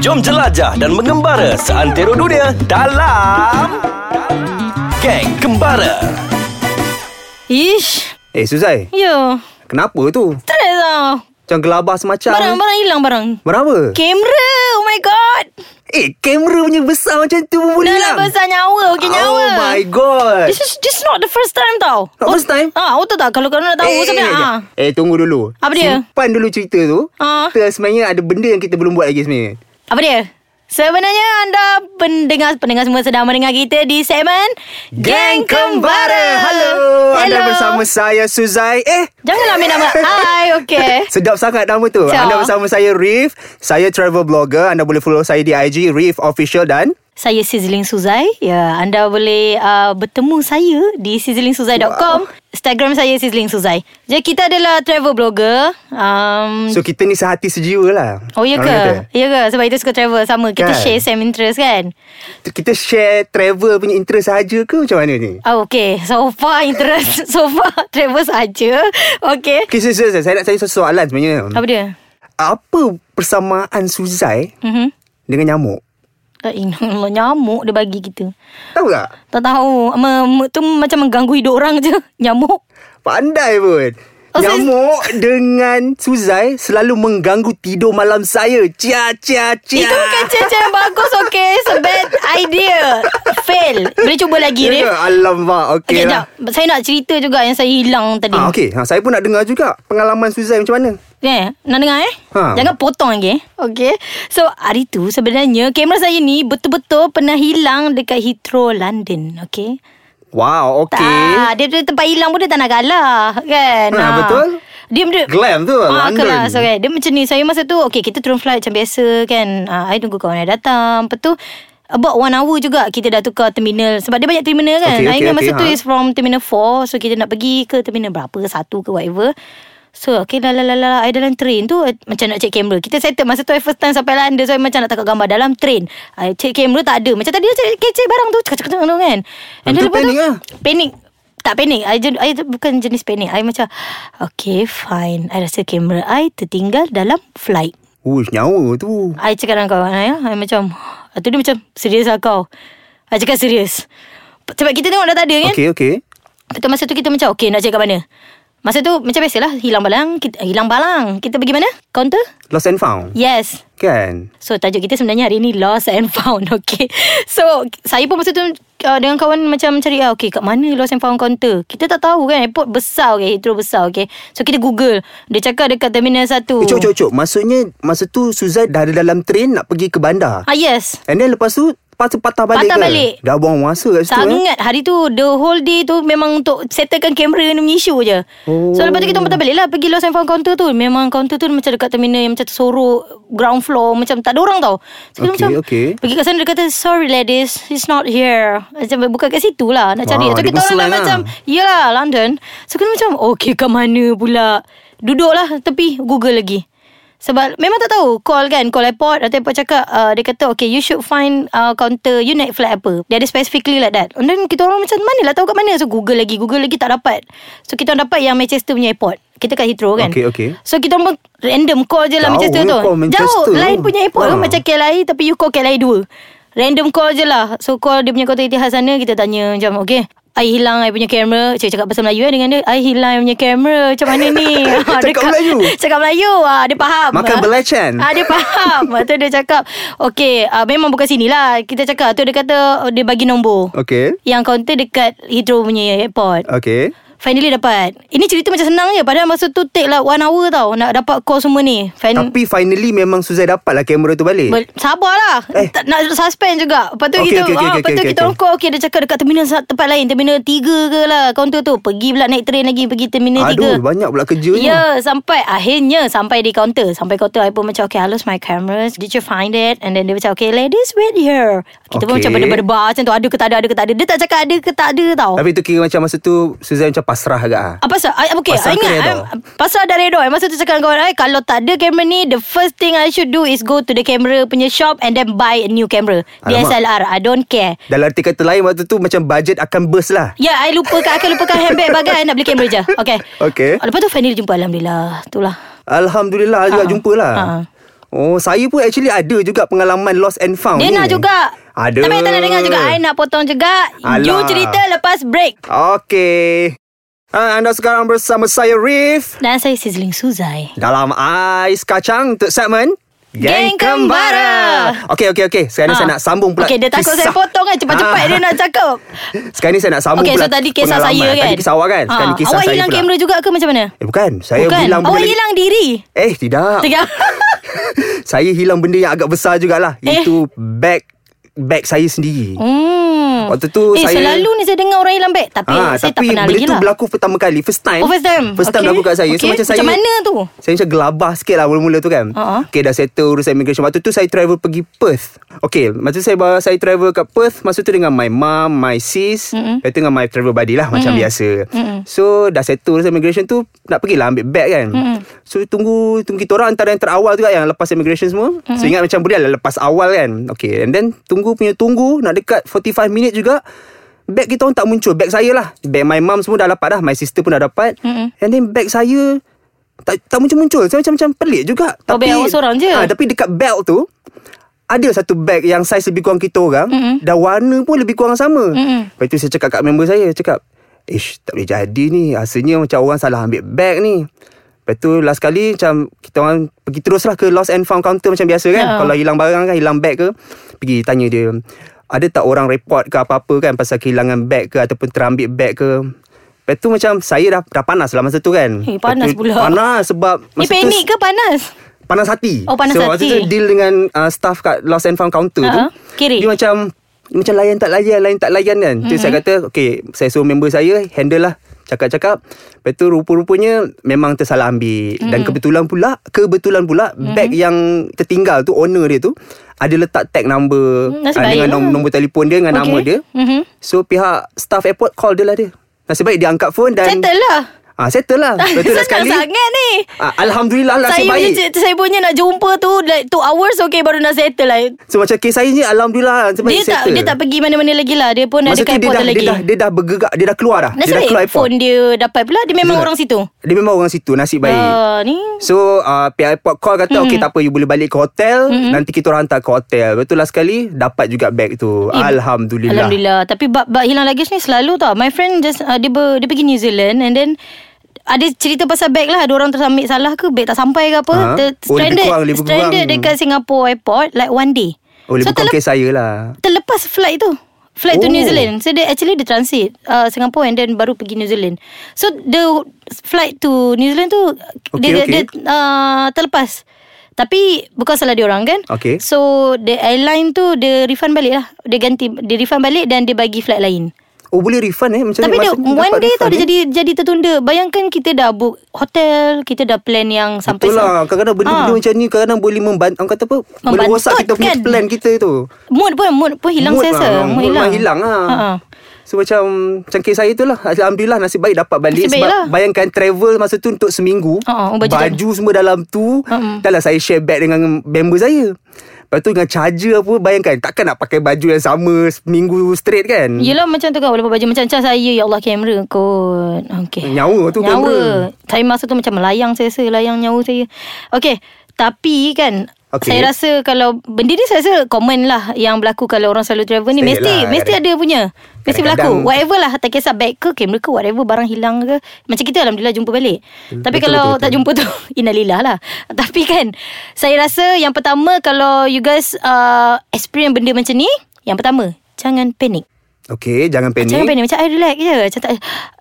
Jom jelajah dan mengembara seantero dunia dalam Geng Kembara. Ish. Eh Suzai, Yo. kenapa tu? Stress lah. Macam gelabah semacam. Barang-barang hilang barang. Barang apa? Kamera. Oh my god. eh, kamera punya besar macam tu pun boleh Dah lah hilang. besar nyawa. Okey nyawa. Oh my god. This is just not the first time tau. Not first time? Ah, oh, tahu tak kalau korang nak tahu eh, sampai eh, ah. eh, tunggu dulu. Apa dia? Simpan dulu cerita tu. Ah. Kita sebenarnya ada benda yang kita belum buat lagi sebenarnya. Apa dia? Sebenarnya anda pendengar pendengar semua sedang mendengar kita di segmen Geng Kembara. Halo. Anda bersama saya Suzai. Eh, Janganlah ambil nama. Ah, eh. Hai, okey. Sedap sangat nama tu Ya. Anda bersama saya Rif Saya travel blogger Anda boleh follow saya di IG Rif Official dan Saya Sizzling Suzai. Ya, anda boleh uh, bertemu saya di sizzlingsuzai.com. Instagram saya Sizzling Suzai. Jadi kita adalah travel blogger. Um, So kita ni sehati sejiwa lah oh ya Orang ke? Ya ke? Sebab itu suka travel sama. Kita Kan. share same interest kan? kata. Kita share travel punya interest saja ke macam mana ni? Oh, okay. So far interest. So far travel saja. Okay. Okay, so, so, so, saya nak tanya satu soalan sebenarnya Apa dia? Apa persamaan Suzai Mm-hmm. dengan nyamuk? Tak ingat Nyamuk dia bagi kita. Tahu tak? Tak tahu. Me, me, tu macam mengganggu hidup orang je. Nyamuk. Pandai pun Oh, saya- Nyamuk dengan Suzai selalu mengganggu tidur malam saya. Cia, cia, cia. Itu bukan cerita yang bagus Okay It's a bad idea Fail Boleh cuba lagi Ya Rif ke? Alamak, okey Okay, lah. jap. Saya nak cerita juga yang saya hilang tadi. Ah, okey. Ha, saya pun nak dengar juga pengalaman Suzai macam mana. Eh, nak dengar eh? Ha. Jangan potong lagi eh. Okay. So, hari tu sebenarnya kamera saya ni betul-betul pernah hilang dekat Heathrow, London. Okay. Wow, Tak. okey. Dia tu tempat hilang pun dia tak nak kalah. Kan? Ha, betul. Dia, dia Glam tu, Ah, London. kelas, okay. Dia macam ni Saya masa tu Okay kita turun flight macam biasa kan ah, I tunggu kawan I datang Lepas tu About one hour juga Kita dah tukar terminal Sebab dia banyak terminal kan I Okay, okay, ingat okay, masa tu ha. Is from terminal 4 So kita nak pergi ke terminal berapa Satu ke whatever So okay lah lah lah lah I dalam train tu I, Macam nak check kamera Kita settle Masa tu I first time sampai lah, London So I macam nak tangkap gambar Dalam train I check kamera tak ada Macam tadi I check, check barang tu Cakap cakap tu kan And Tu then lepas tu panik lah. Panik tak panik I, jen, I bukan jenis panik I macam Okay fine I rasa kamera I tertinggal dalam flight Uish, nyawa tu. I cakap dengan kawan I I macam Lepas tu dia macam Serius lah kau I cakap serius Sebab kita tengok dah tak ada kan Okey, okey. Lepas tu masa tu kita macam Okay nak cek kat mana Masa tu macam biasalah Hilang barang kita, Hilang barang Kita pergi mana? Counter? Lost and found. Yes Kan? So tajuk kita sebenarnya hari ni Lost and Found Okay So saya pun masa tu uh, Dengan kawan macam cari ah, Okay kat mana Lost and Found counter Kita tak tahu kan Airport besar okay Heathrow besar okay So kita google Dia cakap dekat terminal 1 Eh, cuk, cuk, cuk. Maksudnya, masa tu Suzai dah ada dalam train nak pergi ke bandar. Ah yes And then lepas tu, lepas tu patah balik Patah ke? balik. Dah buang masa kat situ. eh? Sangat Hari tu The whole day tu Memang untuk settlekan kamera ni punya isu je oh. So lepas tu kita patah balik lah Pergi lost and found counter tu Memang counter tu Macam dekat terminal Yang macam tersorok Ground floor Macam tak ada orang tau So kita Okay, macam okay. Pergi kat sana Dia kata Sorry ladies It's not here Macam bukan kat situ lah Nak cari Wah, So dia kita orang dah berselang lah. macam Yelah London So kita macam Okay kat mana pula Duduk lah tepi Google lagi sebab memang tak tahu Call kan Call airport Atau airport cakap uh, Dia kata okay You should find uh, Counter you naik flat apa Dia ada specifically like that And then kita orang macam Mana lah tahu kat mana So google lagi Google lagi tak dapat So kita orang dapat Yang Manchester punya airport Kita kat Heathrow kan Okay, okay. So kita orang pun Random call je lah Jauh Manchester punya tu call Manchester Jauh tu. Lain punya airport Ha. ha. Macam KLIA Tapi you call KLIA 2 Random call je lah So call dia punya kota itihad sana Kita tanya macam Okay I hilang I punya kamera Cik cakap pasal Melayu eh dengan dia I hilang I punya kamera Macam mana ni Ha, Cakap dekat- Melayu? Cakap Melayu ah, Dia faham Makan Ah. belacan. ah, Dia faham Lepas tu dia cakap Okay ah, Memang bukan sini lah Kita cakap Tu dia kata oh, Dia bagi nombor Okey. Yang counter dekat Heathrow punya airport Okey. Finally dapat Ini cerita macam senang je Padahal masa tu Take lah one hour tau Nak dapat call semua ni Fin- Tapi finally memang Suzai dapat lah kamera tu balik. Ber- sabarlah eh. Eh. tak, Nak suspend juga Lepas tu Okey, kita okey, ah, okey, okey, Lepas tu okey, kita okey. orang call Okay dia cakap dekat terminal sa- Tempat lain Terminal 3 ke lah Kaunter tu Pergi pula naik train lagi Pergi terminal Aduh, 3 banyak pula Ya, kerjanya. yeah, sampai akhirnya sampai di kaunter. Sampai kaunter, I pun macam, okay, I lost my cameras. Did you find it? And then dia macam, okay, ladies, wait here. Kita pun Okay. macam berdebar-debar macam tu, ada ke tak ada, ada ke tak ada. Dia tak cakap ada ke tak ada tau. Tapi tu kira macam masa tu Suzai macam pasrah agak ah. Apa pasal? I, okay, Pasal I ingat aku I, redha. Pasal ada redha I Masa tu cakap dengan kawan I Kalau tak ada kamera ni The first thing I should do Is go to the camera punya shop And then buy a new camera Alamak. DSLR I don't care Dalam arti kata lain waktu tu macam bajet akan burst lah. Ya, I lupakan Akan lupakan handbag bagai I nak beli kamera je Okay Okay. Lepas tu finally jumpa Alhamdulillah Itulah Alhamdulillah juga Ha. jumpa lah. Ha. Oh, saya pun actually ada juga pengalaman lost and found. Dia ni. nak juga Ada. Tapi tak nak dengar juga I nak potong juga You Alah. cerita lepas break Okey. Ha, anda sekarang bersama saya Rif Dan saya Sizzling Suzai dalam Ais Kacang untuk segmen Geng Kembara. Okey okey okey. Sekarang ni Ah. saya nak sambung pula. Okay dia takut kisah. saya potong kan Cepat-cepat Ah. dia nak cakap Sekarang ni saya nak sambung Okay pula so tadi kisah saya pengalaman. kan Tadi kisah awak kan Sekarang ni Ah. kisah Awak saya hilang pula kamera juga ke macam mana Eh bukan Saya Bukan hilang benda Awak lagi- hilang diri Eh tidak Tiga Saya hilang benda yang agak besar jugalah Eh. Itu beg Beg saya sendiri Hmm. Waktu tu eh, saya- selalu ni saya dengar orang hilang beg Tapi Ah, saya tak tapi pernah benda lagi tu lah berlaku pertama kali First time Oh first time First time Okay. berlaku kat saya So okay. macam saya Macam mana tu Saya macam gelabah sikit lah mula-mula tu kan Ah. Okay dah settle urusan immigration Waktu tu saya travel pergi Perth Okay Masa tu saya bawa saya travel kat Perth Masa tu dengan my mum My sis mm-hmm. Lepas tu dengan my travel buddy lah Macam biasa mm-hmm. So dah settle urusan immigration tu Nak pergilah ambil bag kan mm-hmm. So tunggu Tunggu kita orang antara yang terawal tu kan Yang lepas immigration semua mm-hmm. So ingat macam boleh lah lepas awal kan Okay and then Tunggu punya tunggu Nak dekat 45 minit juga Bag kita orang tak muncul Bag saya lah Bag my mum semua dah dapat dah My sister pun dah dapat mm-hmm. And then bag saya tak, tak muncul-muncul Saya macam-macam pelik juga Oh, bag awak seorang je? ah, Tapi dekat belt tu ada satu bag yang saiz lebih kurang kita orang mm-hmm. Dan warna pun lebih kurang sama mm-hmm. Lepas tu saya cakap kat member saya Cakap Ish tak boleh jadi ni Rasanya macam orang salah ambil bag ni Lepas tu last kali macam Kita orang pergi terus lah ke lost and found counter Macam biasa kan Ya. Kalau hilang barang kan Hilang bag ke Pergi tanya dia Ada tak orang report ke apa-apa kan Pasal kehilangan bag ke Ataupun terambil bag ke Lepas tu macam Saya dah, dah panas lah masa tu kan Eh, panas Lepas tu, pula. Panas sebab Ni masa tu panik ke panas panas hati. Oh, panas so, waktu hati. tu deal dengan uh, staff kat Lost and Found counter Ha-ha. uh-huh. tu. Kiri. Dia macam macam layan tak layan, layan tak layan kan. Mm-hmm. Tu saya kata, okay, saya suruh member saya handle lah. Cakap-cakap. Lepas tu rupa-rupanya memang tersalah ambil. Mm-hmm. Dan kebetulan pula, kebetulan pula mm-hmm. bag yang tertinggal tu, owner dia tu, ada letak tag number Hmm, nasib ah, baik dengan lah. nom- nombor telefon dia, dengan okay. nama dia. mm-hmm. So pihak staff airport call dia lah dia. Nasib baik dia angkat phone dan... Settle lah Ah, settle lah. Lepas tu Senang last kali... sangat ni Ah, Alhamdulillah lah saya nasib baik. punya, saya punya nak jumpa tu like 2 hours okay baru nak settle lah. So macam kes saya ni Alhamdulillah Sebab Dia tak settle. dia tak pergi mana-mana lagi lah. Dia pun ada Masa tu dekat dia airport dah, tu lagi. dia dah, dia dah bergegak Dia dah keluar dah Dia Nasib dah baik keluar airport phone dia dapat pula Dia memang Dia- orang situ Dia memang orang situ Nasib baik Ah, ni So uh, pihak airport call kata mm. Okay tak apa You boleh balik ke hotel mm Nanti kita orang hantar ke hotel Betul last sekali Dapat juga bag tu Eh, Alhamdulillah Alhamdulillah Tapi bab, bab hilang luggage ni selalu tau My friend just uh, dia, ber, dia pergi New Zealand And then ada cerita pasal bag lah Ada orang terambil salah ke Bag tak sampai ke apa Ha? Ter- Oh, lebih Stranded kurang, lebih Stranded kurang. dekat Singapore airport Like one day Oh lebih so, kurang kes saya lah Terlepas flight tu Flight oh. to Oh. New Zealand So dia actually dia transit uh, Singapore and then baru pergi New Zealand So the flight to New Zealand tu Okay, Dia, dia okay. uh, terlepas Tapi bukan salah dia orang kan Okay. So the airline tu dia refund balik lah Dia ganti Dia refund balik dan dia bagi flight lain Oh boleh refund eh Macam Tapi mana dia maksudnya one dapat day tau refund, dia eh? jadi jadi tertunda Bayangkan kita dah book hotel Kita dah plan yang sampai Betul lah Kadang-kadang benda-benda Ah. macam ni Kadang-kadang boleh membantu Orang kata apa Boleh Membantut, rosak kita punya kan? plan kita tu Mood pun mood pun hilang Ha, Mood saya rasa lah, mood memang hilang lah. Ha-ha. So macam Macam kes saya tu lah Alhamdulillah nasib baik dapat balik Nasib baik Sebab lah. bayangkan travel masa tu Untuk seminggu Ha, oh, baju Baju, tak- semua dalam tu uh-uh. Dah lah saya share bag dengan member saya Lepas tu dengan charger apa Bayangkan takkan nak pakai baju yang sama Seminggu straight kan Yelah macam tu kan Walaupun baju macam-macam saya Ya Allah kamera kot okay. Nyawa tu Nyawa kamera. Saya masa tu macam melayang saya rasa Layang nyawa saya Okay Tapi kan Okey. Saya rasa kalau Benda ni saya rasa common lah Yang berlaku kalau orang selalu travel ni Mesti Mesti lah. Mesti ada punya Mesti berlaku Kadang-kadang- Whatever lah Tak kisah bag ke kamera ke Whatever barang hilang ke Macam kita Alhamdulillah jumpa balik Tapi betul, kalau betul, tak betul. jumpa tu Innalillah lah Tapi kan Saya rasa yang pertama Kalau you guys uh, Experience benda macam ni Yang pertama Jangan panik Okay jangan panik Jangan panik Macam I relax je Macam tak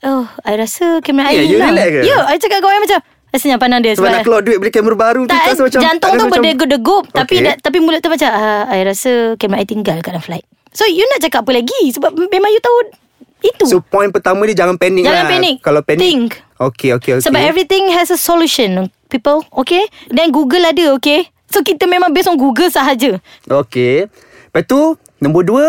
Oh I rasa kamera I Ya, you hilang relax ke? Ya I cakap dengan orang macam Rasanya pandang dia Sebab nak keluar duit beli kamera baru tu tak, rasa macam, jantung tak tu rasa macam- berdegup-degup okay. tapi Okey. nak- tapi mulut tu macam ah, I rasa kamera I tinggal kat dalam flight. So you nak cakap apa lagi sebab memang you tahu itu. So point pertama ni jangan panik Jangan lah panik. Kalau panik Think. Okay okay okay Sebab everything has a solution people, okay? Then Google ada, okay? So kita memang based on Google sahaja. Okay Lepas tu Nombor dua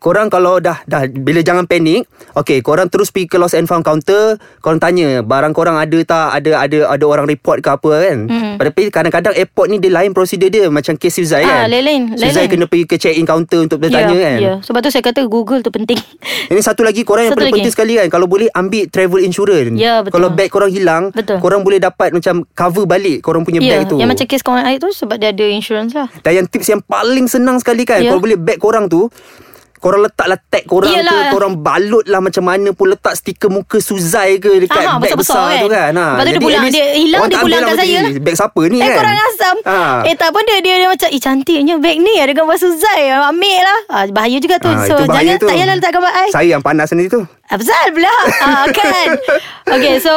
Korang kalau dah dah bila jangan panik, okay korang terus pergi ke lost and found counter, korang tanya barang korang ada tak, ada ada ada orang report ke apa kan. Mm-hmm. Mm. Tapi kadang-kadang airport ni dia lain prosedur dia macam kes Suzai Ah, kan. lain-lain, Suzai lain-lain. kena pergi ke check in counter untuk bertanya Ya, kan. ya. Sebab tu saya kata Google tu penting Ini satu lagi korang yang Satu paling lagi. penting sekali kan Kalau boleh ambil travel insurance Ya, betul. Kalau bag korang hilang Betul. Korang boleh dapat macam cover balik Korang punya Ya, bag tu yang macam kes kawan air tu Sebab dia ada insurance lah Dan yang tips yang paling senang sekali kan Ya. Kalau boleh bag korang tu Korang letaklah tag korang Yelah. ke Korang balut lah macam mana pun Letak stiker muka Suzai ke Dekat Aha, bag besar-besar besar, kan. tu kan ha. Lepas tu dia Jadi pulang, at least dia hilang, orang dia tak ambil pulangkan saya macam, lah. "Eh, Bag siapa ni Eh kan korang asam ha. Eh tak pun dia Dia, dia macam Eh cantiknya beg ni Ada gambar Suzai Ambil lah ah, Bahaya juga tu Ah, So itu bahaya jangan tu. tak payahlah letak gambar eh. I Saya yang panas nanti tu Apasal pula ah, Kan Okay so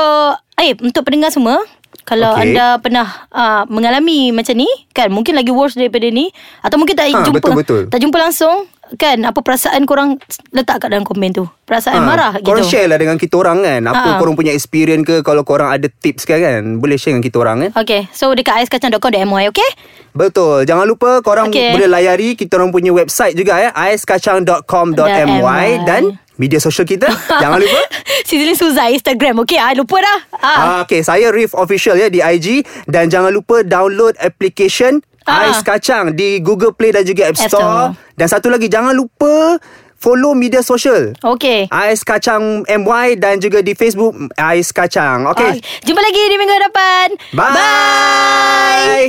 Eh untuk pendengar semua kalau Okay. okay. anda pernah uh, mengalami macam ni kan mungkin lagi worse daripada ni atau mungkin tak Ah, jumpa betul, betul. tak jumpa langsung kan apa perasaan korang letak kat dalam komen tu perasaan Eh, Ah, marah Korang gitu share lah dengan kita orang kan Ah. Apa korang punya experience ke Kalau korang ada tips ke kan Boleh share dengan kita orang kan Okay so dekat aiskacang.com.my okay Betul Jangan lupa korang Okey. boleh layari Kita orang punya website juga ya Aiskacang.com.my Dan media sosial kita Jangan lupa Sizzling Suzai Instagram Okay ah, lupa dah ah. Ah, okay, saya Riff Official ya di IG dan jangan lupa download application Ah. Ais Kacang di Google Play dan juga App App Store. Dan satu lagi jangan lupa follow media sosial. Okay Ais Kacang MY dan juga di Facebook Ais Kacang. Okay. Ah, Jumpa lagi di minggu depan Bye. Bye.